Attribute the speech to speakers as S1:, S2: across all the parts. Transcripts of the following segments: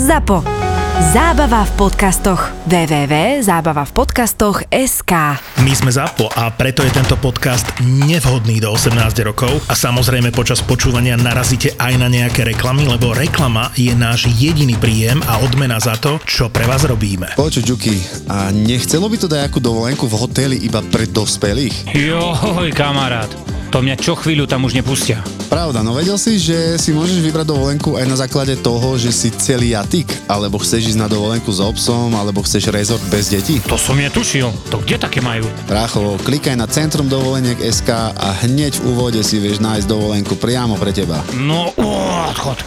S1: ZAPO. Zábava v podcastoch. www.zábavavpodcastoch.sk
S2: My sme ZAPO a preto je tento podcast nevhodný do 18 rokov a samozrejme počas počúvania narazíte aj na nejaké reklamy, lebo reklama je náš jediný príjem a odmena za to, čo pre vás robíme.
S3: Počuť, Juki, a nechcelo by to dať akú dovolenku v hoteli iba pre dospelých?
S4: Joj, kamarát, to mňa čo chvíľu tam už nepustia.
S3: Pravda, no vedel si, že si môžeš vybrať dovolenku aj na základe toho, že si celiatik, alebo chceš ísť na dovolenku s obsom, alebo chceš rezort bez detí?
S4: To som netušil, to kde také majú?
S3: Ráchovo, klikaj na Centrum dovoleniek SK a hneď v úvode si vieš nájsť dovolenku priamo pre teba.
S4: No, ó, odchod.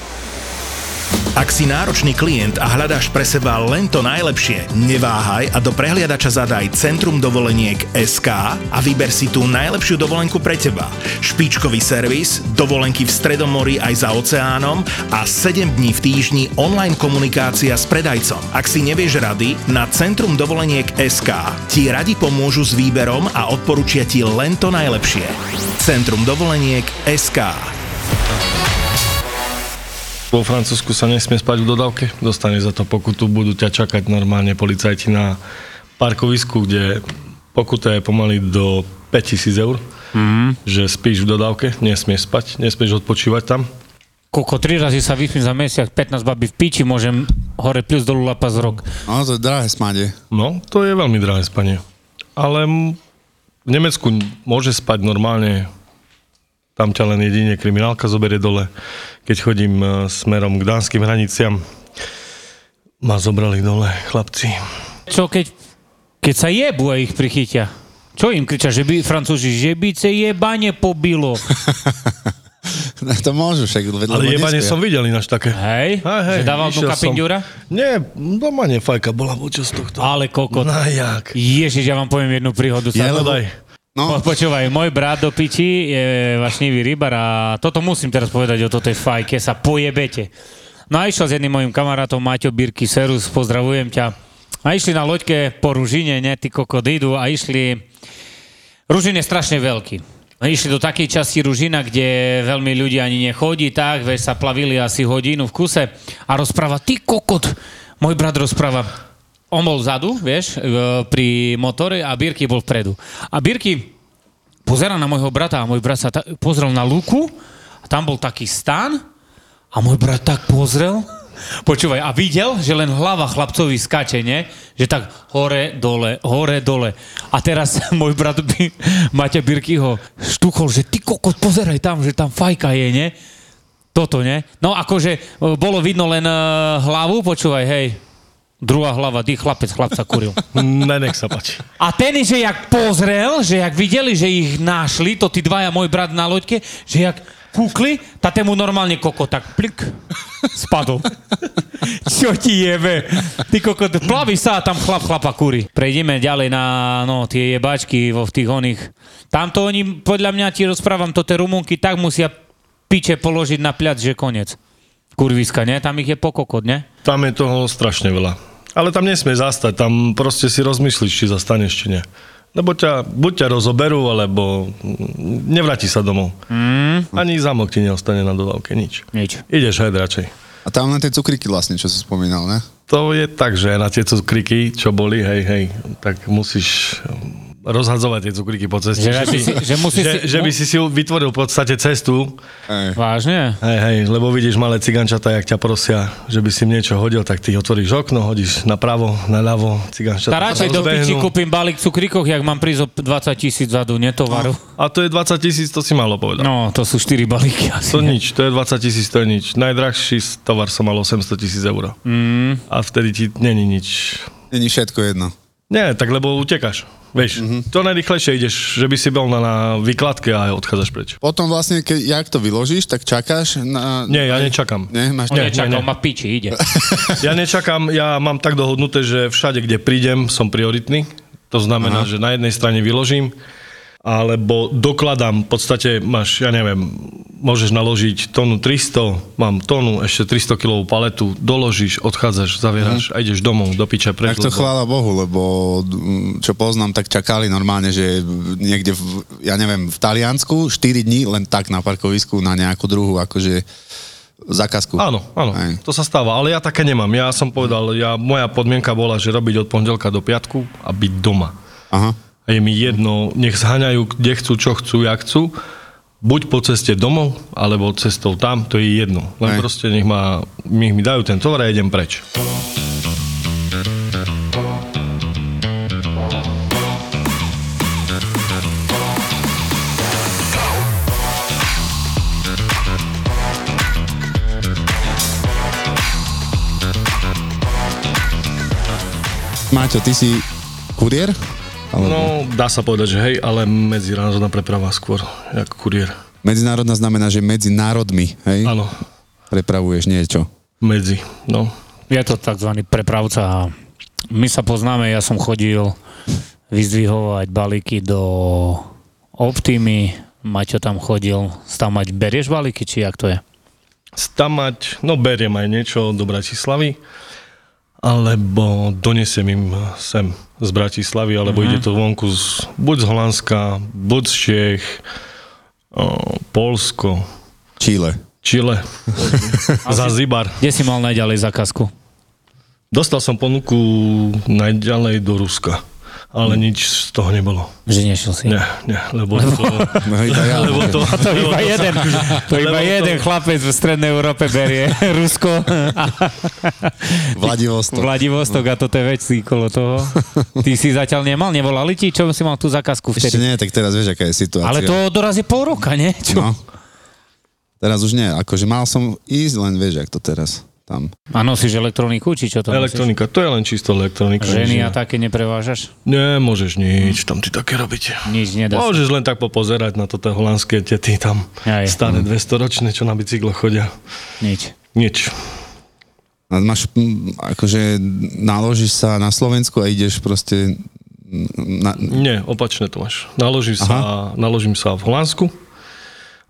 S2: Ak si náročný klient a hľadáš pre seba len to najlepšie, neváhaj a do prehliadača zadaj Centrum dovoleniek SK a vyber si tú najlepšiu dovolenku pre teba. Špičkový servis, dovolenky v Stredomori aj za oceánom a 7 dní v týždni online komunikácia s predajcom. Ak si nevieš rady, na Centrum dovoleniek SK ti radi pomôžu s výberom a odporúčia ti len to najlepšie. Centrum dovoleniek SK.
S5: Vo Francúzsku sa nesmie spať v dodávke, dostane za to pokutu, budú ťa čakať normálne policajti na parkovisku, kde pokuta je pomaly do 5000 eur, mm. že spíš v dodávke, nesmieš spať, nesmieš odpočívať tam.
S4: Koľko tri razy sa vyspím za mesiac, 15 babí v piči, môžem hore plus dolu lapa z rok.
S3: No to je drahé smade.
S5: No, to je veľmi drahé spanie. Ale m- v Nemecku n- môže spať normálne, tam ťa len jedine kriminálka zoberie dole. Keď chodím e, smerom k dánskym hraniciam, ma zobrali dole chlapci.
S4: Čo keď, keď sa jebu a ich prichytia? Čo im kriča, že by francúzi, že by sa jebanie pobilo?
S3: to môžu však, veď,
S5: Ale
S3: lebo
S5: jebanie
S3: nespia.
S5: som videl ináč také.
S4: Hej? že dával mu
S5: išiel
S4: kapindura?
S5: Som... Nie, doma nefajka bola počas tohto.
S4: Ale kokot.
S5: Na jak.
S4: Ježiš, ja vám poviem jednu príhodu.
S3: Ja,
S4: Sa-
S3: lebo-
S5: Daj.
S3: No,
S4: Po, počúvaj, môj brat do piči je vášnivý rybar a toto musím teraz povedať o tej fajke, sa pojebete. No a išiel s jedným mojim kamarátom Maťo Birky Serus, pozdravujem ťa. A išli na loďke po Ružine, ne, ty kokod idú a išli... Ružin je strašne veľký. A Išli do takej časti Ružina, kde veľmi ľudí ani nechodí, tak, vieš, sa plavili asi hodinu v kuse a rozpráva, ty kokot, môj brat rozpráva, on bol vzadu, vieš, e, pri motore a Birky bol vpredu. A Birky pozera na môjho brata a môj brat sa ta- pozrel na luku a tam bol taký stan a môj brat tak pozrel, počúvaj, a videl, že len hlava chlapcovi skače, nie? Že tak hore, dole, hore, dole. A teraz môj brat by, Maťa Birkyho štuchol, že ty kokot, pozeraj tam, že tam fajka je, nie? Toto, nie? No akože e, bolo vidno len e, hlavu, počúvaj, hej, druhá hlava, ty chlapec, chlapca kuril.
S5: Ne, nech sa páči.
S4: A ten, že jak pozrel, že jak videli, že ich našli, to tí dvaja, môj brat na loďke, že jak kúkli, tá tému normálne koko tak plik, spadol. Čo ti jebe? Ty koko, plaví sa a tam chlap chlapa kúri. Prejdeme ďalej na no, tie jebačky vo v tých oných. Tamto oni, podľa mňa ti rozprávam, to tie rumunky tak musia piče položiť na pľac, že konec. Kurviska, ne? Tam ich je pokokot, ne?
S5: Tam je toho strašne veľa. Ale tam nesmie zastať, tam proste si rozmýšľaš, či zastaneš, či nie. Lebo ťa, buď ťa rozoberú, alebo mm, nevráti sa domov. Mm. Ani zámok ti neostane na dodávke, nič.
S4: Nič.
S5: Ideš aj radšej.
S3: a tam len tie cukriky vlastne, čo si spomínal, ne?
S5: To je tak, že na tie cukriky, čo boli, hej, hej, tak musíš um, rozhadzovať tie cukriky po ceste.
S4: Že radšej
S5: by-
S4: si- že musíš
S5: že,
S4: si- no?
S5: že by si si vytvoril v podstate cestu,
S3: Ej.
S4: Vážne?
S5: hej, hej, lebo vidíš malé cigančata, jak ťa prosia, že by si im niečo hodil, tak ty otvoríš okno, hodíš napravo, naľavo, cigančata
S4: Tá radšej
S5: sa
S4: do piči
S5: rozbehnú.
S4: kúpim balík cukrikov, jak mám prísť o 20 tisíc zadu netovaru.
S5: A to je 20 tisíc, to si malo povedať.
S4: No, to sú 4 balíky asi.
S5: To
S4: ne?
S5: nič, to je 20 tisíc, to je nič. Najdrahší tovar som mal 800 tisíc eur. Mm. A vtedy ti není nič.
S3: Není všetko jedno.
S5: Nie, tak lebo utekáš. Vieš, mm-hmm.
S4: Mhm.
S5: to najrychlejšie ideš, že by si bol na, na vykladke a odchádzaš preč.
S3: Potom vlastne, keď jak to vyložíš, tak čakáš na...
S5: Nie, ja nečakám.
S3: Ne, máš
S4: On nečakal,
S5: nie.
S4: ma piči, ide.
S5: Ja nečakám, ja mám tak dohodnuté, že všade, kde prídem, som prioritný. To znamená, Aha. že na jednej strane vyložím, alebo dokladám, v podstate máš, ja neviem, môžeš naložiť tonu 300, mám tonu, ešte 300 kilovú paletu, doložíš, odchádzaš, zavieraš a ideš domov, do piče preč.
S3: Mhm. Tak to
S5: lebo-
S3: chvála Bohu, lebo mm, čo poznám, tak čakali normálne, že niekde, v, ja neviem, v Taliansku 4 dní len tak na parkovisku na nejakú druhu, akože e, zákazku.
S5: Áno, áno,
S3: Aj.
S5: to sa stáva, ale ja také nemám. Ja som povedal, ja, moja podmienka bola, že robiť od pondelka do piatku a byť doma.
S3: Aha.
S5: A je mi jedno, nech zhaňajú, kde chcú, čo chcú, jak chcú. Buď po ceste domov, alebo cestou tam, to je jedno. Len
S3: Hej.
S5: proste nech, ma, nech mi dajú ten tovar a idem preč.
S3: Maťo, ty si kuriér? Alebo no.
S5: No, dá sa povedať, že hej, ale medzinárodná preprava skôr, jak kuriér.
S3: Medzinárodná znamená, že medzi národmi, hej?
S5: Áno,
S3: Prepravuješ niečo.
S5: medzi, no.
S4: Je to tzv. prepravca a my sa poznáme, ja som chodil vyzdvihovať balíky do Optimy, Maťo tam chodil, tam mať berieš balíky, či jak to je?
S5: Stamať, no beriem aj niečo do Bratislavy, alebo donesiem im sem z Bratislavy, alebo mm-hmm. ide to vonku z, buď z Holandska, buď z Čech, o, Polsko,
S3: Chile.
S5: Čile, za Zibar.
S4: Kde si mal najďalej zákazku?
S5: Dostal som ponuku najďalej do Ruska,
S4: Hm.
S5: ale nič z toho nebolo.
S4: Že nešiel si?
S5: Nie, nie, lebo to...
S3: No, iba ja.
S5: Lebo to,
S4: Hm. To iba
S5: lebo
S4: jeden, to iba
S5: lebo to-
S4: jeden chlapec v Strednej Európe berie Rusko a
S3: Vladivostok.
S4: Vladivostok a toto je veci kolo toho. Ty si zatiaľ nemal, nevolali ti, čo si mal tú zákazku
S3: Ešte
S4: vtedy?
S3: nie, tak teraz vieš, aká je situácia.
S4: Ale to dorazí pol roka, nie? Čo?
S3: No. Teraz už nie, akože mal som ísť, len vieš, jak to teraz tam.
S4: A nosíš elektroniku, či čo to nosíš?
S5: Elektronika, to je len čisto elektronika.
S4: Ženy a
S5: nič iné.
S4: také neprevážaš?
S5: Nemôžeš nič, tam ty také robiť.
S4: Nič nedá sa.
S5: Môžeš len tak popozerať na toto holandské tety tam,
S4: Aj. Hm.
S5: staré 200 ročné, čo na bicyklo chodia.
S4: Nič.
S5: Nič.
S3: A máš, mm, akože naložíš sa na Slovensku a ideš proste mm, na,
S5: Nie, opačne to máš. Naložím sa, naložím sa v Holandsku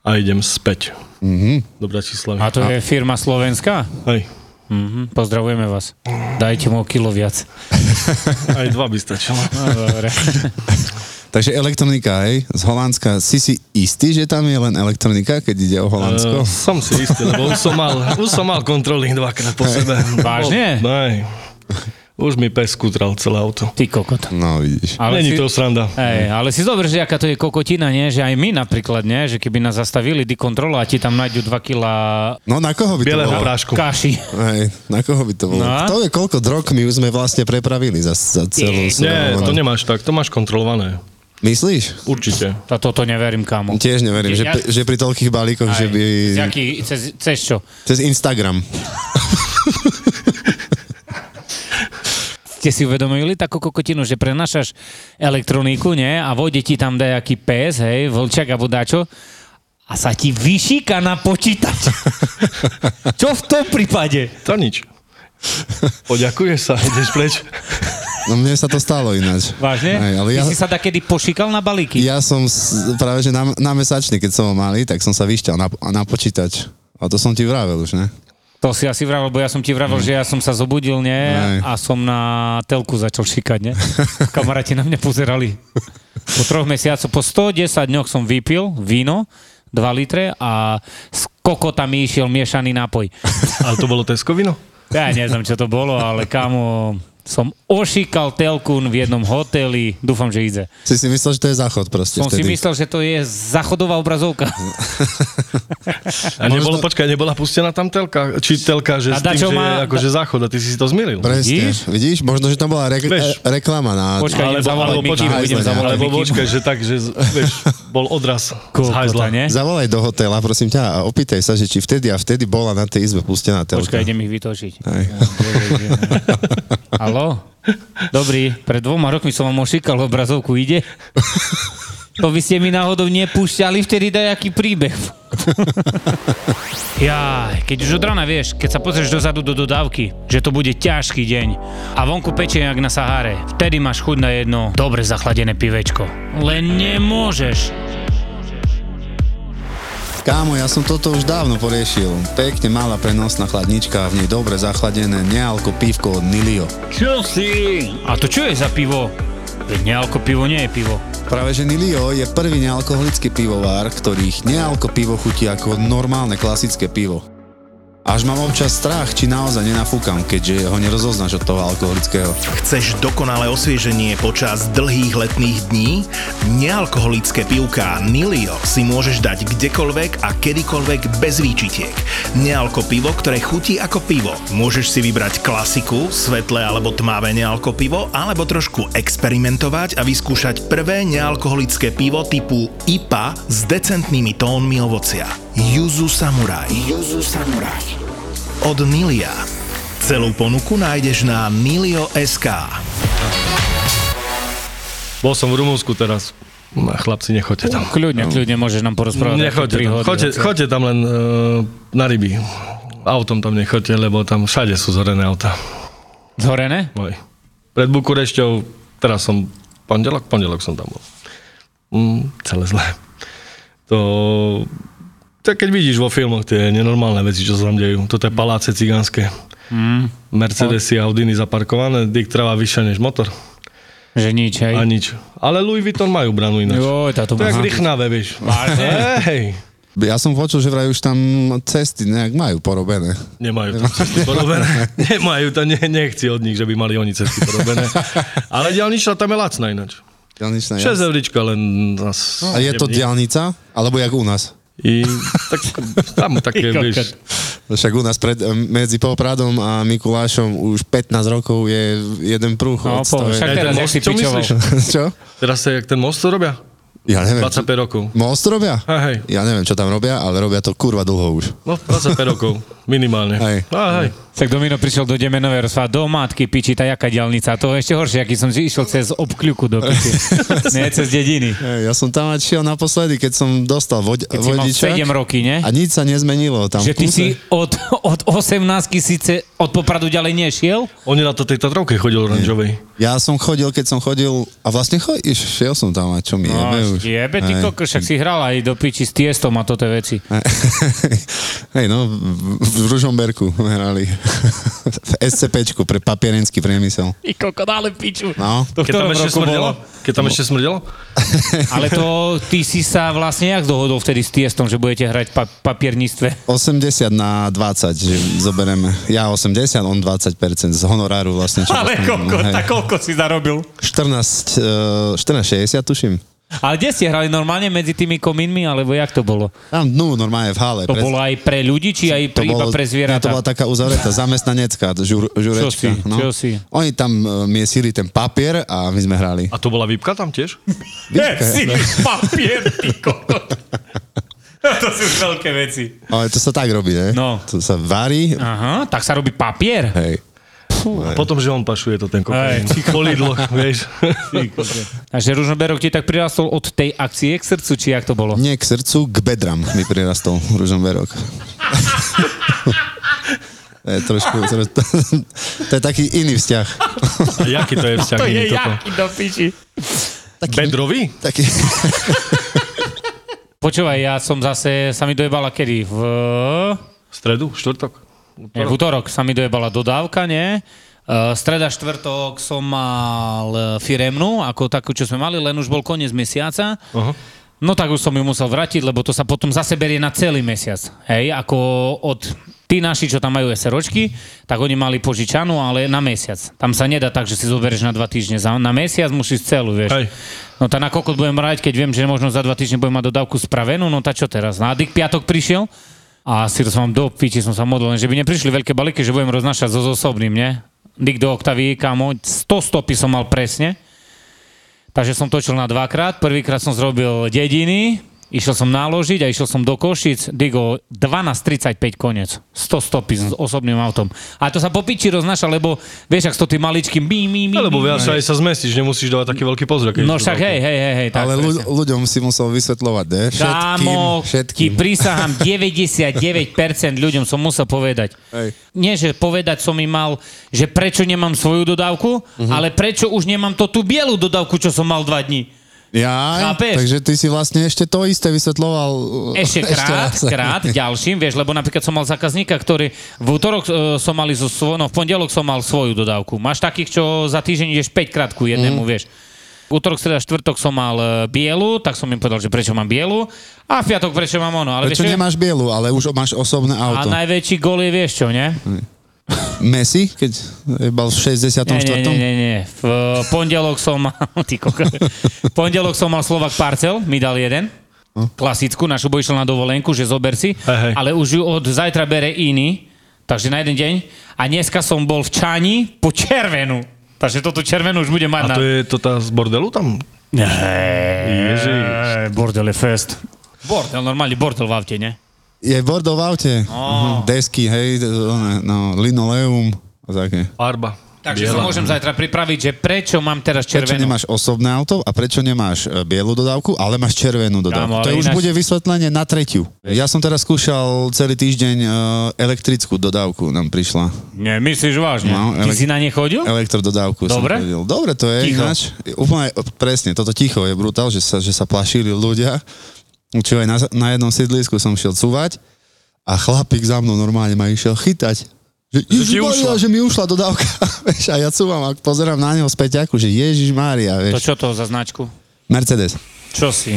S5: a idem späť mm-hmm. do Bratislavy.
S4: A to je firma slovenská?
S5: Hej,
S4: Mhm, pozdravujeme vás. Dajte mu o kilo viac.
S5: aj dva by stačilo.
S4: No, dobre.
S3: Takže elektronika, hej, z Holandska. Si si istý, že tam je len elektronika, keď ide o Holandsko?
S4: Ehm.
S5: Eh, som si istý, lebo už som mal, už som mal kontroly dvakrát po sebe.
S4: Vážne?
S5: O, Aj. Už mi pes skutral celé auto.
S4: Ty kokot.
S3: No, vidíš.
S4: Ale
S5: Není
S4: si,
S5: to sranda.
S4: Hej, ale si zober, že aká to je kokotina, nie? Že aj my napríklad, nie? Že keby nás zastavili di kontrola a ti tam nájdu 2 kila
S3: No na koho by to
S5: Bielého
S3: bolo?
S5: prášku.
S4: kaši.
S3: Hej, na koho by to bolo?
S4: No.
S3: No. Kto vie, koľko drog my už sme vlastne prepravili za, za celú
S5: Nie,
S3: surovu?
S5: to nemáš tak, to máš kontrolované.
S3: Myslíš?
S5: Určite.
S4: A toto neverím, kámo.
S3: Tiež neverím, že,
S4: Ja-
S3: pri- že pri toľkých balíkoch,
S4: Aj,
S3: že by...
S4: z jaký, cez, cez čo?
S3: Cez Instagram.
S4: Ste si uvedomili takú kokotinu, že prenašaš elektroniku, nie? A vode ti tam dajaký pes, hej, vlčak alebo dačo a sa ti vyšíka na počítač. čo v tom prípade?
S5: To nič. Poďakuješ sa, ideš preč.
S3: No mne sa to stalo ináč.
S4: Vážne?
S3: Hej, ale ja,
S4: Ty si sa takedy pošikal na balíky?
S3: ja som s, práve, že na, na mesačný, keď som ho malý, tak som sa vyšťal na, na počítač. A to som ti vravel už, ne?
S4: To si asi vravel, bo ja som ti vravel, že ja som sa zobudil, nie?
S3: Aj.
S4: A som na telku začal šikať, nie? Kamaráti na mňa pozerali. Po troch mesiacoch, po 110 dňoch som vypil víno, 2 litre a z kokota mi išiel miešaný nápoj.
S5: Ale to bolo Teskovino?
S4: Ja neviem, čo to bolo, ale kámo, som ošikal telku v jednom hoteli, dúfam, že ide.
S3: Si si myslel, že to je záchod proste
S4: Som si
S3: vtedy.
S4: myslel, že to je záchodová obrazovka.
S5: A nebolo, počkaj, nebola pustená tam telka, či telka, že
S4: A
S5: s tým,
S4: dačo
S5: že
S4: má-
S5: je akože záchod a ty si si to zmieril.
S3: Presne,
S4: Vidíš?
S3: vidíš? vidíš? Možno, že tam bola re-
S5: Vieš.
S3: re- reklama na...
S4: Počkaj, idem
S5: Alebo-
S4: zavolať
S5: alebo
S4: Mikimu,
S5: počkaj,
S4: idem
S3: hajzle,
S4: zavolať
S5: Alebo
S4: Mikimu.
S5: počkaj, že tak, že z- vieš, bol odraz z
S4: Kokota,
S5: hajzla.
S4: nie?
S3: Zavolaj do hotela, prosím ťa, a opýtaj sa, že či vtedy a vtedy bola na tej izbe pustená telka.
S4: Počkaj, idem ich vytočiť. Halo? Dobrý, pred dvoma rokmi som vám ošikal obrazovku, ide? To by ste mi náhodou nepúšťali vtedy dajaký príbeh. Ja, keď už od rána vieš, keď sa pozrieš dozadu do dodávky, že to bude ťažký deň a vonku pečie jak na Sahare, vtedy máš chuť na jedno dobre zachladené pivečko. Len nemôžeš.
S3: Kámo, ja som toto už dávno poriešil. Pekne malá prenosná chladnička, v nej dobre zachladené nealko pívko od Nilio.
S4: Čo si? A to čo je za pivo? Veď nealko pivo nie je pivo.
S3: Práve že Nilio je prvý nealkoholický pivovár, ktorých nealko pivo chutí ako normálne klasické pivo. Až mám občas strach, či naozaj nenafúkam, keďže ho nerozoznáš od toho alkoholického.
S2: Chceš dokonalé osvieženie počas dlhých letných dní? Nealkoholické pivka Nilio si môžeš dať kdekoľvek a kedykoľvek bez výčitiek. Nealko pivo, ktoré chutí ako pivo. Môžeš si vybrať klasiku, svetlé alebo tmavé nealko pivo, alebo trošku experimentovať a vyskúšať prvé nealkoholické pivo typu IPA s decentnými tónmi ovocia. Yuzu Samurai. Yuzu Samurai. Od Nilia. Celú ponuku nájdeš na milio.sk.
S5: Bol som v Rumunsku teraz. Ma, No, Chlapci, nechoďte tam.
S4: Kľudne, kľudne, môžeš nám porozprávať.
S5: Nechoďte tam.
S4: príhody,
S5: Choďte,
S4: hoci-
S5: choďte tam len e, na ryby. Autom tam nechoďte, lebo tam všade sú zorené auta.
S4: Zhorené?
S5: Moje. Pred Bukurešťou, teraz som pondelok, pondelok som tam bol. Mm, celé zlé. To... Tak keď vidíš vo filmoch tie nenormálne veci, čo sa tam dejú. Toto je paláce cigánske. Mm. Mercedesy a Audiny zaparkované, dyk trvá vyššia než motor.
S4: Že nič, hej?
S5: A nič. Ale Louis Vuitton majú branu ináč.
S4: Joj, táto
S5: to je jak
S4: má-
S5: rychnavé, vieš.
S4: Vážne?
S5: Hej,
S3: Ja som počul, že vraj už tam cesty nejak majú porobené.
S5: nemajú to cesty porobené. Nemajú to, ne, nechci od nich, že by mali oni cesty porobené. Ale diálničná tam je lacná ináč.
S3: Dialničná
S5: 6 eurička len nás.
S3: A je to diálnica? Alebo jak u nás?
S5: I, tak, tam také,
S4: Ty kokot.
S5: vieš.
S3: Však u nás pred, medzi Popradom a Mikulášom už 15 rokov je jeden prúh. od
S4: No, po,
S3: stoje-
S4: však
S5: Aj ten
S4: teraz, jak
S5: most,
S4: si
S5: čo
S4: pičoval.
S5: myslíš?
S3: Čo?
S5: Teraz sa, jak ten most to robia?
S3: Ja neviem.
S5: 25 rokov.
S3: Most robia?
S5: Hej, hej.
S3: Ja neviem, čo tam robia, ale robia to kurva dlho už.
S5: No, 25 rokov. Minimálne.
S3: Hej.
S5: A, hej.
S4: Tak Domino prišiel do Demenovej rozfá, do matky piči, tá jaká ďalnica, to je ešte horšie, aký som si išiel cez obkľuku do piči, nie cez dediny.
S3: Hej, ja som tam aj šiel naposledy, keď som dostal voď,
S4: Keď si mal
S3: vodičák
S4: 7 roky, ne?
S3: a nič sa nezmenilo tam.
S4: Že
S3: v
S4: ty
S3: kúse.
S4: si od, od 18 síce od Popradu ďalej nešiel?
S5: Oni na to tej Tatrovke chodil oranžovej.
S3: Ja som chodil, keď som chodil, a vlastne chodíš, šiel som tam a čo mi No, jebe už.
S4: No, jebe, ty
S3: Hej.
S4: koko, však si hral aj do piči s tiestom a toto veci.
S3: Hej, no, v, v Ružomberku hrali. v SCPčku pre papierenský priemysel.
S4: Ty koko, ale piču.
S3: No,
S4: To v
S5: Keď tam
S4: ktorom
S5: ešte
S4: roku
S5: smrdelo?
S4: bolo?
S5: Keď tam ešte smrdelo?
S4: Ale to ty si sa vlastne jak dohodol vtedy s tiestom, že budete hrať pa- papierníctve?
S3: 80 na 20, že zobereme. Ja 80, on 20% z honoráru vlastne. Čo
S4: Ale
S3: dostanem,
S4: koľko,
S3: no, hej.
S4: tak koľko si zarobil?
S3: 14, eh, 14,60 tuším.
S4: Ale kde ste hrali? Normálne medzi tými komínmi, alebo jak to bolo?
S3: Tam dnu normálne v hale.
S4: To bolo aj pre ľudí, či aj pre, iba pre
S3: to
S4: zvieratá?
S3: bola taká uzavretá zamestnanecká žur, žurečka.
S4: Čo si,
S3: no.
S4: čo si?
S3: Oni tam eh, miesili ten papier a my sme hrali.
S5: A to bola výpka tam tiež?
S4: Eh, si papier, ty kokot. To sú veľké veci.
S3: Ale to sa tak robí, ne?
S4: No.
S3: To sa varí.
S4: Aha, tak sa robí papier.
S3: Hej.
S5: A potom, že on pašuje to ten kokain.
S4: Hej.
S5: Po Lidloch, vieš.
S4: Takže Ružnoberok ti tak prirastol od tej akcie k srdcu, či jak to bolo?
S3: Nie k srdcu, k bedram mi prirastol ružomberok. to je trošku... to je taký iný vzťah.
S5: A jaký to je vzťah? To je toto?
S4: do piči.
S5: Bedrový?
S3: Taký...
S4: Počúvaj, ja som zase, sa mi dojebala kedy? V,
S5: V stredu? Štvrtok?
S4: nie, v útorok sa mi dojebala dodávka, nie? Uh, streda, štvrtok som mal e, firemnú, ako takú, čo sme mali, len už bol koniec mesiaca.
S5: Aha.
S4: No tak už som ju musel vrátiť, lebo to sa potom zase berie na celý mesiac. Hej, ako od tí naši, čo tam majú SROčky, tak oni mali požičanú, ale na mesiac. Tam sa nedá tak, že si zoberieš na dva týždne. Za, na mesiac musíš celú, vieš.
S5: Hej.
S4: No tá na kokot budem brať, keď viem, že možno za dva týždne budem mať dodávku spravenú, no tá čo teraz? Na dyk piatok prišiel a si to som do piči, som sa modlil, len že by neprišli veľké balíky, že budem roznášať so zosobným, ne? Dyk do Oktavy, kamo, 100 stopy som mal presne. Takže som točil na dvakrát. Prvýkrát som zrobil dediny, išiel som naložiť a išiel som do Košic. Digo, 12.35 koniec. 100 stopy s osobným autom. A to sa po piči roznáša, lebo vieš, ak to tí maličky mí, mí, mí,
S5: Alebo
S4: mí,
S5: viac
S4: mí.
S5: aj No, sa zmestíš, nemusíš dávať taký veľký pozor. keď
S4: No
S5: ideš do
S4: však
S5: veľkého.
S4: hej, hej, hej, hej. Tak,
S3: Ale
S4: presne.
S3: ľu- ľuďom si musel vysvetľovať, ne? Všetkým,
S4: Kámo, ti
S3: všetkým.
S4: prísahám, 99% ľuďom som musel povedať.
S3: Hej.
S4: Nie, že povedať som im mal, že prečo nemám svoju dodávku,
S3: Mhm.
S4: ale prečo už nemám to tú bielu dodávku, čo som mal dva dní.
S3: Ja,
S4: Chápeš?
S3: takže ty si vlastne ešte to isté vysvetľoval. uh,
S4: Ešte krát,
S3: raz.
S4: krát, ďalším, vieš, lebo napríklad som mal zákazníka, ktorý v útorok e, som mal
S3: Mm.
S4: zo svoj, no v pondelok som mal svoju dodávku. Máš takých, čo za týždeň ideš 5 krát ku jednému, vieš. Útorok, streda, štvrtok som mal e, bielu, tak som im povedal, že prečo mám bielu. A v piatok prečo mám ono. Ale
S3: Prečo
S4: vieš, čo?
S3: nemáš bielu, ale už máš osobné auto?
S4: A najväčší gol je vieš čo, ne?
S3: Messi, keď jebal v 64.
S4: Nie, nie, nie, nie, nie. V e, pondelok som mal, ty koko. V pondelok som mal Slovak Parcel, mi dal jeden. Klasickú, našu bo išiel na dovolenku, že zober si.
S5: Hej, hej.
S4: Ale už ju od zajtra bere iný, takže na jeden deň. A dneska som bol v Čani po červenú. Takže toto červenú už bude mať
S5: A
S4: na...
S5: to je to tá z bordelu tam?
S4: Ježiš. Bordel je fest. Bordel, normálny bordel v aute, ne?
S3: Je bordo v aute. Oh. Desky, hej, d- one, no, linoleum. a Také.
S5: Farba.
S4: Takže sa môžem zajtra pripraviť, že prečo mám teraz
S3: Prečo
S4: červenú.
S3: nemáš osobné auto a prečo nemáš e, bielu dodávku, ale máš červenú dodávku?
S4: Kámo, ale
S3: to už
S4: ináč-
S3: bude vysvetlenie na tretiu. Ja som teraz skúšal celý týždeň e, elektrickú dodávku, nám prišla.
S4: Nie, myslíš vážne?
S3: No,
S4: Ty
S3: ale-
S4: si na ne chodil?
S3: Elektrododávku
S4: Dobre?
S3: som chodil. Dobre to je
S4: Ticho.
S3: ináč. Úplne, presne, toto ticho je brutál, že sa, že sa plašili ľudia. Čo aj na, na jednom sídlisku som šiel cúvať a chlapík za mnou normálne ma išiel chytať. Že, Ježiš
S5: ti
S3: Maria,
S5: ušla.
S3: že mi ušla dodávka. Vieš, a ja cúvam a pozerám na neho z peťaku, že Ježiš Mária,
S4: To
S3: vieš.
S4: čo to za značku?
S3: Mercedes.
S4: Čo si?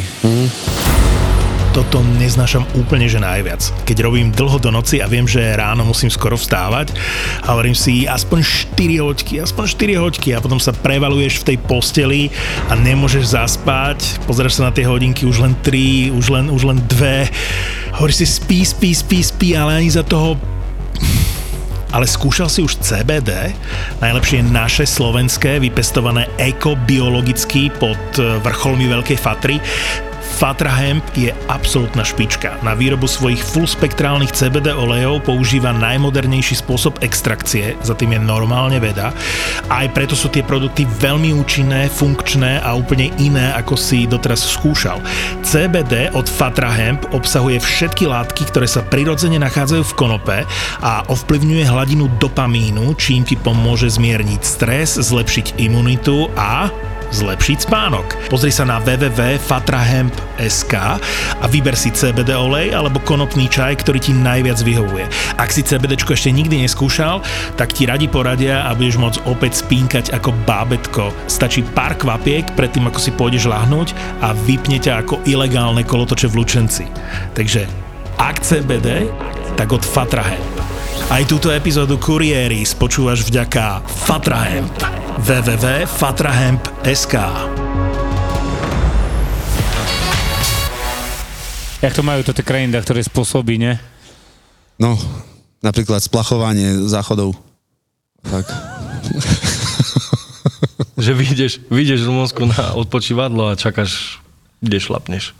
S2: Toto neznášam úplne, že najviac. Keď robím dlho do noci a viem, že ráno musím skoro vstávať a hovorím si aspoň 4 hoďky, aspoň 4 hoďky a potom sa prevaluješ v tej posteli a nemôžeš zaspať, pozeráš sa na tie hodinky, už len 3, už len, už len 2, hovoríš si spí, spí, spí, spí, ale ani za toho ale skúšal si už CBD? Najlepšie naše slovenské, vypestované ekobiologicky pod e, vrcholmi Veľkej Fatry. Fatra Hemp je absolútna špička. Na výrobu svojich fullspektrálnych CBD olejov používa najmodernejší spôsob extrakcie, za tým je normálne veda. Aj preto sú tie produkty veľmi účinné, funkčné a úplne iné, ako si doteraz skúšal. CBD od Fatra Hemp obsahuje všetky látky, ktoré sa prirodzene nachádzajú v konope a ovplyvňuje hladinu dopamínu, čím ti pomôže zmierniť stres, zlepšiť imunitu a zlepšiť spánok. Pozri sa na www.fatrahemp.sk a vyber si CBD olej alebo konopný čaj, ktorý ti najviac vyhovuje. Ak si CBD ešte nikdy neskúšal, tak ti radi poradia a budeš môcť opäť spínkať ako bábetko. Stačí pár kvapiek predtým, ako si pôjdeš lahnúť a vypne ťa ako ilegálne kolotoče v Lučenci. Takže ak CBD, tak od Fatrahemp. Aj túto epizódu Kuriéry spočúvaš vďaka Fatrahemp. www.fatrahemp.sk
S4: Jak to majú to tie krajiny, ktoré spôsobí, ne?
S3: No, napríklad splachovanie záchodov. Tak.
S5: Že vyjdeš, vyjdeš v Rumunsku na odpočívadlo a čakáš, kde šlapneš.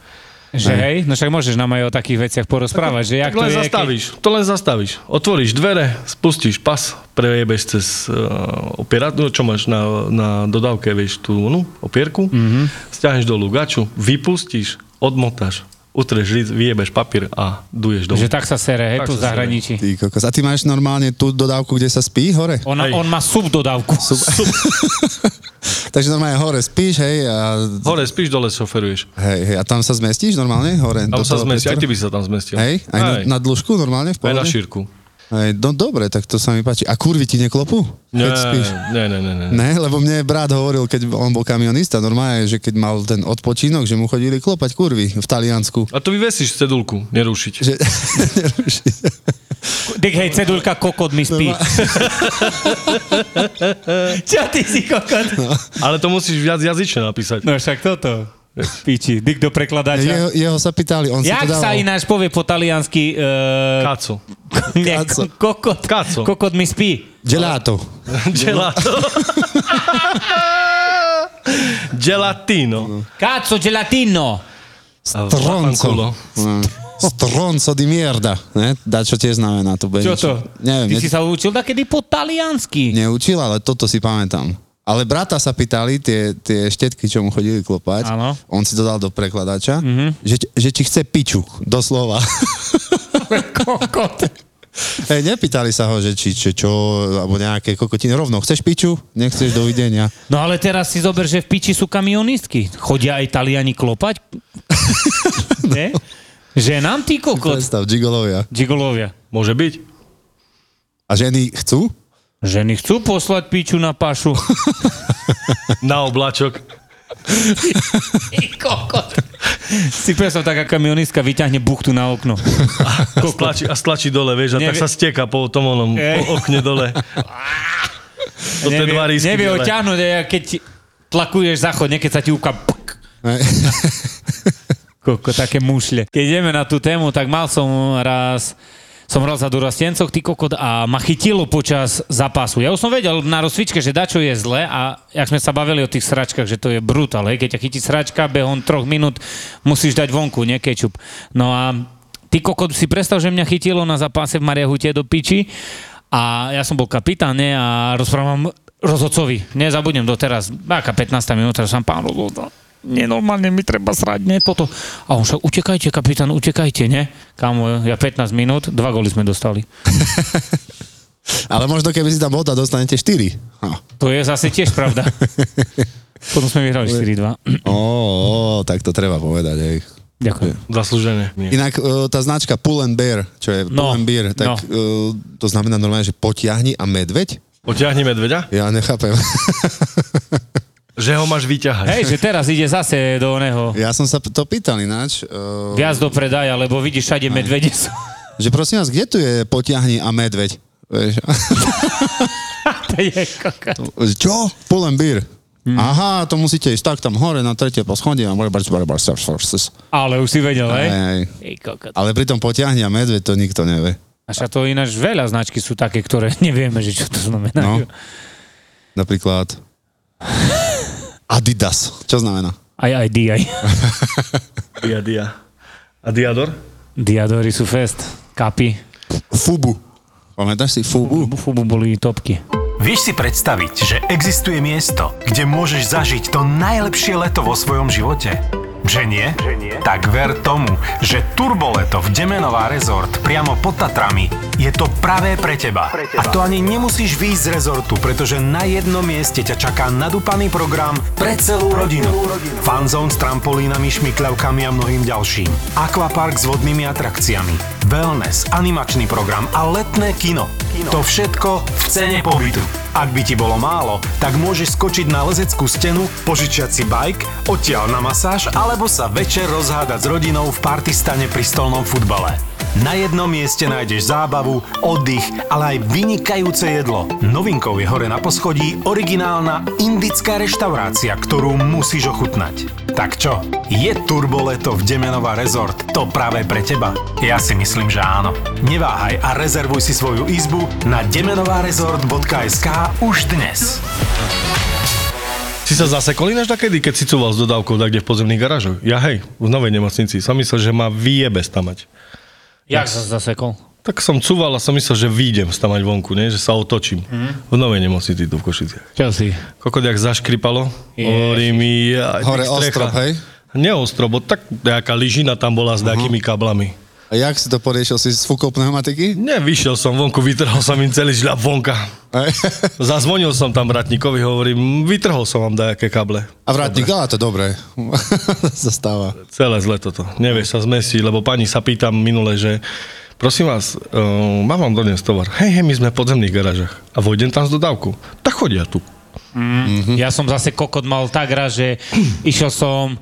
S4: Že hej, no však môžeš nám aj o takých veciach porozprávať, že jak
S5: Tak len
S4: to je,
S5: zastavíš, to len zastavíš. Otvoríš dvere, spustíš pas, prejebeš cez uh, opiera, no, čo máš na, na dodávke, vieš, tú no, opierku,
S4: Mhm.
S5: mm-hmm. stiahneš dolu gaču, vypustíš, odmotáš, utreš žic, vyjebeš papír a
S4: keď,
S5: duješ dolu.
S4: že tak sa sere, hej,
S5: Tak
S4: tu v
S5: sa sere.
S4: zahraničí.
S3: Ty kokos. A ty máš normálne tú dodávku, kde sa spí hore?
S4: On,
S5: Hej.
S4: on má subdodávku. Sub.
S3: Takže normálne hore spíš, hej, a,
S5: Hore spíš, dole šoferuješ.
S3: hej, hej, a tam sa zmestíš normálne hore?
S5: Tam
S3: do
S5: sa
S3: toho
S5: zmestí, aj
S3: priestoru?
S5: ty by sa tam zmestil.
S3: Hej, aj na, na dĺžku normálne v
S5: aj
S3: pohode?
S5: na šírku.
S3: Hej, no dobre, tak to sa mi páči. A kurvy ti neklopú?
S5: Nie,
S3: Keď spíš?
S5: nie, nie, nie, nie.
S3: Ne, lebo mne brat hovoril, keď on bol kamionista, normálne, že keď mal ten odpočinok, že mu chodili klopať kurvy v Taliansku.
S5: A to vyvesíš cedulku, nerušiť.
S3: Že... Nerušiť.
S4: Dek, hej, cedulka, kokot mi spí. Čo ty si kokot? No,
S5: Ale to musíš viac jazyčne napísať.
S4: však toto. Piči, dik do prekladača.
S3: jeho, jeho sa pýtali, on si
S4: Jak
S3: to dával.
S4: sa ináč povie po taliansky... Uh,
S5: Kaco.
S4: nie,
S3: Kaco.
S4: kokot,
S5: Kaco.
S4: kokot mi spí.
S3: Gelato.
S5: Gelato. Gelatino.
S4: Kaco
S3: No.
S4: gelatino.
S3: Stronco.
S5: Fanculo.
S3: No. Stronco di mierda. Ne? Da, čo tiež znamená to bude.
S4: Čo
S3: niečo.
S4: to?
S3: Neviem,
S4: Ty
S3: ne-
S4: si sa učil takedy po taliansky.
S3: neučil, ale toto si pamätám. Ale brata sa pýtali, tie, tie štetky, čo mu chodili klopať,
S4: Áno. Mhm.
S3: on si to dal do prekladača, mm-hmm. že, že či chce piču, doslova.
S4: kokot.
S3: Hej, nepýtali sa ho, že či, či čo, alebo nejaké kokotiny. Rovno, chceš piču? Nechceš, dovidenia.
S4: No ale teraz si zober, že v piči sú kamionistky. Chodia aj Taliani klopať? ne? Že nám ty kokot.
S3: Predstav, gigolovia.
S4: Gigolovia.
S5: Môže byť.
S3: A ženy chcú?
S4: Ženy chcú poslať piču na pašu.
S5: Na oblačok.
S4: Si presne taká kamionistka vyťahne buchtu na okno.
S5: A stlačí, a stlačí dole, vieš, a
S4: Nevie-
S5: tak sa stieka po tom onom
S4: Ej.
S5: po okne dole. To tie
S4: nevie,
S5: dva rysky
S4: nevie ho
S5: dole.
S4: ťahnuť, aj keď ti tlakuješ záchod, niekedy sa ti uka... pk,
S3: Hej.
S4: Koko, také mušle. Keď ideme na tú tému, tak mal som raz som hral za dorastencoch, ty kokot, a ma chytilo počas zápasu. Ja už som vedel na rozcvičke, že dačo je zle a jak sme sa bavili o tých sračkách, že to je brutál, hej, keď ťa chytí sračka, behom troch minút musíš dať vonku, nie kečup. No a ty kokot, si predstav, že mňa chytilo na zápase v Mariahute do piči a ja som bol kapitán, nie, a rozprávam rozhodcovi, nezabudnem doteraz, aká 15. minúta, že som pán rozhodca nenormálne mi treba srať, ne, toto. A on však, utekajte, kapitán, utekajte, ne? Kámo, ja 15 minút, dva góly sme dostali.
S3: Ale možno keby si tam bol, tak dostanete 4. Ha.
S4: To je zase tiež pravda. Potom sme vyhrali 4-2.
S3: Ó, ó, tak to treba povedať. Hej.
S4: Ďakujem.
S5: Zaslúžene. Nie.
S3: Inak e, tá značka Pull and Bear, čo je
S4: No,
S3: Pull and Beer, tak
S4: no.
S3: e, to znamená normálne, že potiahni a medveď?
S5: Potiahni medveďa,
S3: Ja nechápem.
S5: že ho máš vyťahať.
S4: Hej, že teraz ide zase do oného.
S3: ja som sa to pýtal ináč. E,
S4: Viac do predaja, lebo vidíš, všade medvede sú.
S3: Že prosím vás, kde tu je potiahni a medveď? Vieš,
S4: To je kokot.
S3: čo? Hm. Pull and Beer. Aha, to musíte ísť tak tam hore na tretie poschodie. a bar- bar- bar- bar- bar- bar- bar-
S4: Ale už si vedel, hej?
S3: Hej.
S4: Ej, kokot.
S3: Ale pritom potiahni a medveď to nikto nevie.
S4: Naša to ináč veľa značky sú také, ktoré nevieme, že čo to znamená.
S3: No. Napríklad Adidas. Čo znamená?
S4: Aj, aj, di, aj.
S5: Dia, dia. A Diador?
S4: Diadory sú fest. Kapy.
S3: Fubu. Pamätáš si Fubu?
S4: Bufubu boli topky.
S6: Vieš si predstaviť, že existuje miesto, kde môžeš zažiť to najlepšie leto vo svojom živote? Že nie? Že nie? Tak ver tomu, že Turboleto v Demenová rezort priamo pod Tatrami je to pravé pre teba. Pre teba. A to ani nemusíš výjsť z rezortu, pretože na jednom mieste ťa čaká nadúpaný program pre celú rodinu. Fanzón s trampolínami, šmikľavkami a mnohým ďalším. Aquapark s vodnými atrakciami. Wellness, animačný program a letné kino. To všetko v cene pobytu. Ak by ti bolo málo, tak môžeš skočiť na lezeckú stenu, požičiať si bike, odtiaľ na masáž alebo sa večer rozhádať s rodinou v partistane pri stolnom futbale. Na jednom mieste nájdeš zábavu, oddych, ale aj vynikajúce jedlo. Novinkou je hore na poschodí originálna indická reštaurácia, ktorú musíš ochutnať. Tak čo, je turboleto v Demenová rezort to práve pre teba? Ja si myslím, že áno. Neváhaj a rezervuj si svoju izbu na demenovarezort.sk už dnes.
S5: Si sa zasekol ináč takedy, keď si cúval s dodávkou tak, kde v pozemných garážoch? Ja hej, v novej nemocnici. Som myslel, že ma vyjebe stamať.
S4: Jak sa zasekol?
S5: Tak som cúval a som myslel, že výjdem stamať vonku, nie? že sa otočím. V novej nemocnici tu v Košiciach.
S4: Čo si?
S5: Kokodiak zaškripalo. Hovorí mi... jaj,
S3: Hore
S5: strecha.
S3: ostrov, hej? Mhm.
S5: Neostrov, bo tak nejaká lyžina tam bola s nejakými kablami.
S3: A jak si to poriešil? Si sfúkol pneumatiky?
S5: Nevyšiel som vonku, vytrhol som im celý žľab vonka.
S3: Hej.
S5: Zazvonil som tam bratníkovi, hovorím, vytrhol som vám dajaké kable.
S3: A vrátnik, ale to dobre. Zastáva.
S5: Celé zle toto. Nevieš sa zmesiť, lebo pani sa pýtam minule, že prosím vás, uh, mám vám doniesť tovar. Hej, hej, my sme v podzemných garážach. A vojdem tam s dodávkou. Tak chodia tu.
S4: Ja som zase kokot mal tak raz, že išiel som,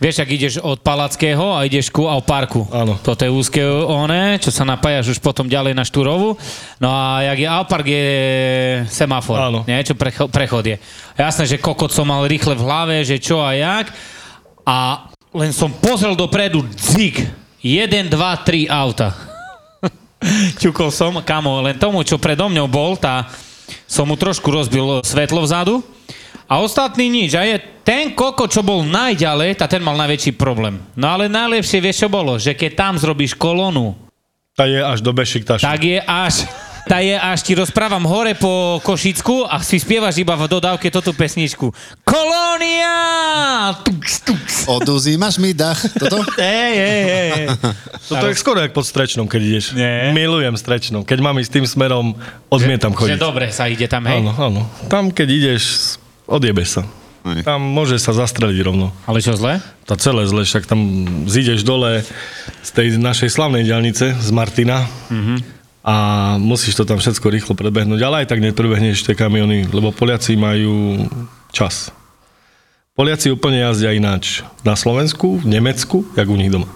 S4: vieš, ak ideš od Palackého a ideš ku au parku.
S5: Áno.
S4: Toto je úzke one, čo sa napájaš už potom ďalej na Štúrovu. No a jak je au park, je semafor.
S5: Áno.
S4: Nie, čo precho- prechod je. Jasné, že kokot som mal rýchle v hlave, že čo a jak. A len som pozrel dopredu, dzik, 1, 2, 3 auta. Ťukol som, kamo, len tomu, čo predo mňou bol, tá, som mu trošku rozbil svetlo vzadu a ostatný nič. A je ten koko, čo bol najďalej, tá ten mal najväčší problém. No ale najlepšie vieš, čo bolo? Že keď tam zrobíš kolónu,
S5: Tá je až do Bešiktaša.
S4: tak je až... Tá je až ti rozprávam hore po Košicku a si spievaš iba v dodávke toto pesničku. Kolónia! Tux, tux.
S3: Oduzí, máš mi dach. Toto?
S4: Ej, ej, ej, ej.
S5: Toto je skoro jak pod Strečnom, keď ideš.
S4: Nie.
S5: Milujem Strečnom. Keď mám ísť tým smerom, odmietam
S4: Že
S5: chodiť.
S4: dobre sa ide tam, hej.
S5: Áno, áno. Tam, keď ideš, odjebeš sa.
S3: Hej.
S5: Tam môže sa zastreliť rovno.
S4: Ale čo zle?
S5: Tá celé zle, však tam zídeš dole z tej našej slavnej diálnice, z Martina. A musíš to tam všetko rýchlo predbehnúť, ale aj tak neprebehneš tie kamiony, lebo Poliaci majú čas. Poliaci úplne jazdia ináč na Slovensku, v Nemecku, jak u nich doma.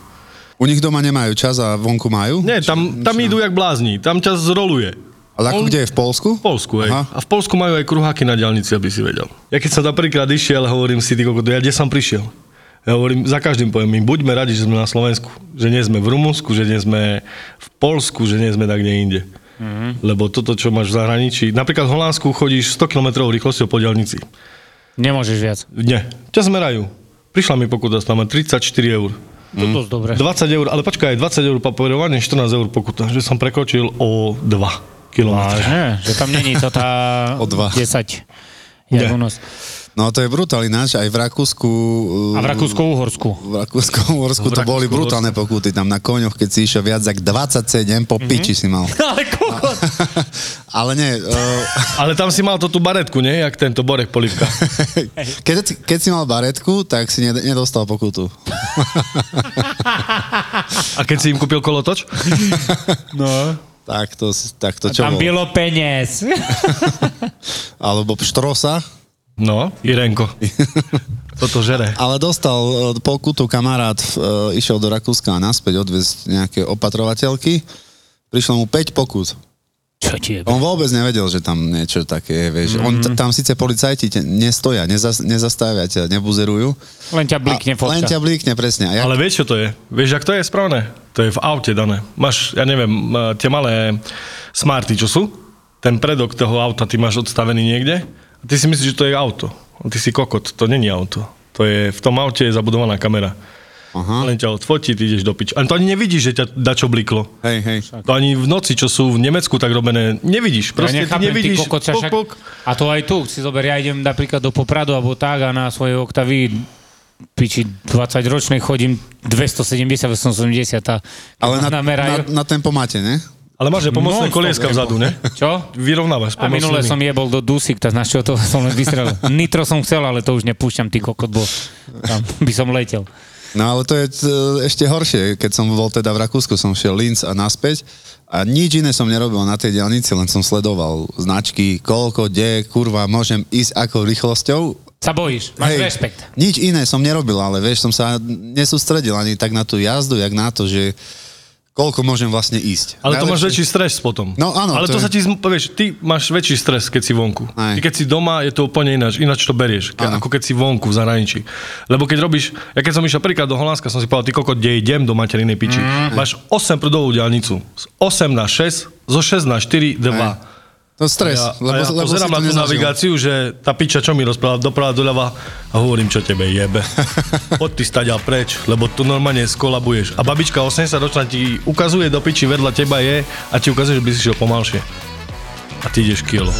S3: U nich doma nemajú čas a vonku majú?
S5: Nie, tam, tam idú jak blázni, tam ťa zroluje.
S3: Ale ako
S5: on-
S3: kde je, v Polsku?
S5: V Polsku, hej.
S3: Aha.
S5: A v Polsku majú aj kruháky na diálnici, aby si vedel. Ja keď som napríklad išiel, hovorím si, ty kokot, ja kde som prišiel? Ja hovorím, za každým poviem, my buďme radi, že sme na Slovensku, že nie sme v Rumunsku, že nie sme v Polsku, že nie sme tak kde inde. Mm-hmm. Lebo toto, čo máš v zahraničí, napríklad v Holandsku chodíš 100 km rýchlosťou po diálnici.
S4: Nemôžeš viac.
S5: Nie, ťa zmerajú. Prišla mi pokuta, tam 34 eur.
S4: Mm. To je dobre.
S5: 20 eur, ale počkaj, 20 eur papierovanie, 14 eur pokuta, že som prekočil o 2 kilometre.
S4: Vážne, No, že tam není to tá
S3: O dva.
S4: 10. Jak
S5: Nie.
S4: u nás.
S3: No to je brutál ináč, aj v Rakúsku...
S4: A v Rakúsko-Uhorsku.
S3: V Rakúsku, Uhorsku to boli
S5: Rakúsku,
S3: brutálne pokuty, tam na koňoch, keď si išiel viac jak 27,
S5: Mhm.
S3: po piči si mal.
S4: Ale kokot.
S3: Ale nie, eh,
S5: Ale tam si mal to tú baretku, nie? Jak tento Borek Polivka.
S3: keď, keď si mal baretku, tak si ned- nedostal pokutu.
S5: A keď si im kúpil kolotoč?
S4: No.
S3: Tak to, s- tak to čo
S4: Tam
S3: bolo?
S4: bylo peniaz.
S3: Alebo pštrosa.
S5: No, Irenko. Toto žere.
S3: Ale dostal eh, pokutu kamarát, eh, išiel do Rakúska a naspäť odviezť nejaké opatrovateľky. Prišlo mu 5 pokut.
S4: Čo ti je?
S3: On vôbec nevedel, že tam niečo také je, vieš. Mm-hmm. On
S5: Mhm.
S3: t- tam síce policajti te- nestoja, nezas- nezastavia ťa, nebuzerujú.
S4: Len ťa blikne
S3: a, len
S4: fotka.
S3: ťa blíkne, presne. A ja,
S5: Ale vieš, čo to je? Vieš, ak to je správne? To je v aute dané. Máš, ja neviem, e, tie malé smarty, čo sú? Ten predok toho auta ty máš odstavený niekde a ty si myslíš, že to je auto. A ty si kokot, to není auto. To je, v tom aute je zabudovaná kamera. Aha. Len ťa odfotí, ty ideš do pič. Ale to ani nevidíš, že ťa dačo bliklo.
S3: Hej, hej.
S5: To ani v noci, čo sú v Nemecku tak robené, nevidíš. Proste ty nevidíš.
S4: ty kokot, však,
S5: pok, pok.
S4: A to aj tu, si zober, ja idem napríklad do Popradu alebo tak a na svojej Octavii piči 20 ročnej chodím 270, 80 a
S3: Ale na, na,
S4: namerajú.
S3: na tempo máte, ne?
S5: Ale máš aj pomocné
S4: Non-stop,
S5: kolieska
S3: ako.
S5: vzadu, ne?
S4: Čo?
S5: Vyrovnávaš
S4: A minule som jebol do dusík, tak na čo to som len vystrelil. Nitro som chcel, ale to už nepúšťam, ty kokot, bo tam by som letel.
S3: No ale to je t- ešte horšie, keď som bol teda v Rakúsku, som šiel Linz a naspäť a nič iné som nerobil na tej diálnici, len som sledoval značky, koľko, kde, kurva, môžem ísť akou rýchlosťou.
S4: Sa bojíš, máš hey. rešpekt.
S3: Nič iné som nerobil, ale vieš, som sa nesústredil ani tak na tú jazdu, jak na to, že koľko môžem vlastne ísť.
S5: Ale to máš
S3: Najlepšie-
S5: väčší stres potom.
S3: No áno,
S5: Ale
S3: to
S5: to,
S3: je-
S5: sa ti, zm- vieš, ty máš väčší stres, keď si vonku.
S3: Aj.
S5: Ty keď si doma, je to úplne ináč, ináč to berieš, ke,
S3: Áno.
S5: ako keď si vonku v zahraničí. Lebo keď robíš, ja keď som išiel príklad do Holandska, som si povedal, ty kokot, kde idem do materinej piči. Mm. Máš 8 prudovú diálnicu, z 8 na 6, zo 6 na 4, 2.
S3: Aj. To je stres,
S5: Ja,
S3: lebo,
S5: a ja
S3: lebo si to
S5: pozerám na tú
S3: nezažil.
S5: navigáciu, že tá piča čo mi rozpráva doprava, doľava a hovorím, čo tebe jebe. Poď ty stať a preč, lebo tu normálne skolabuješ. A babička 80 ročná ti ukazuje do piči vedľa teba je a ti ukazuje, že by si šiel pomalšie. A ty ideš kilo.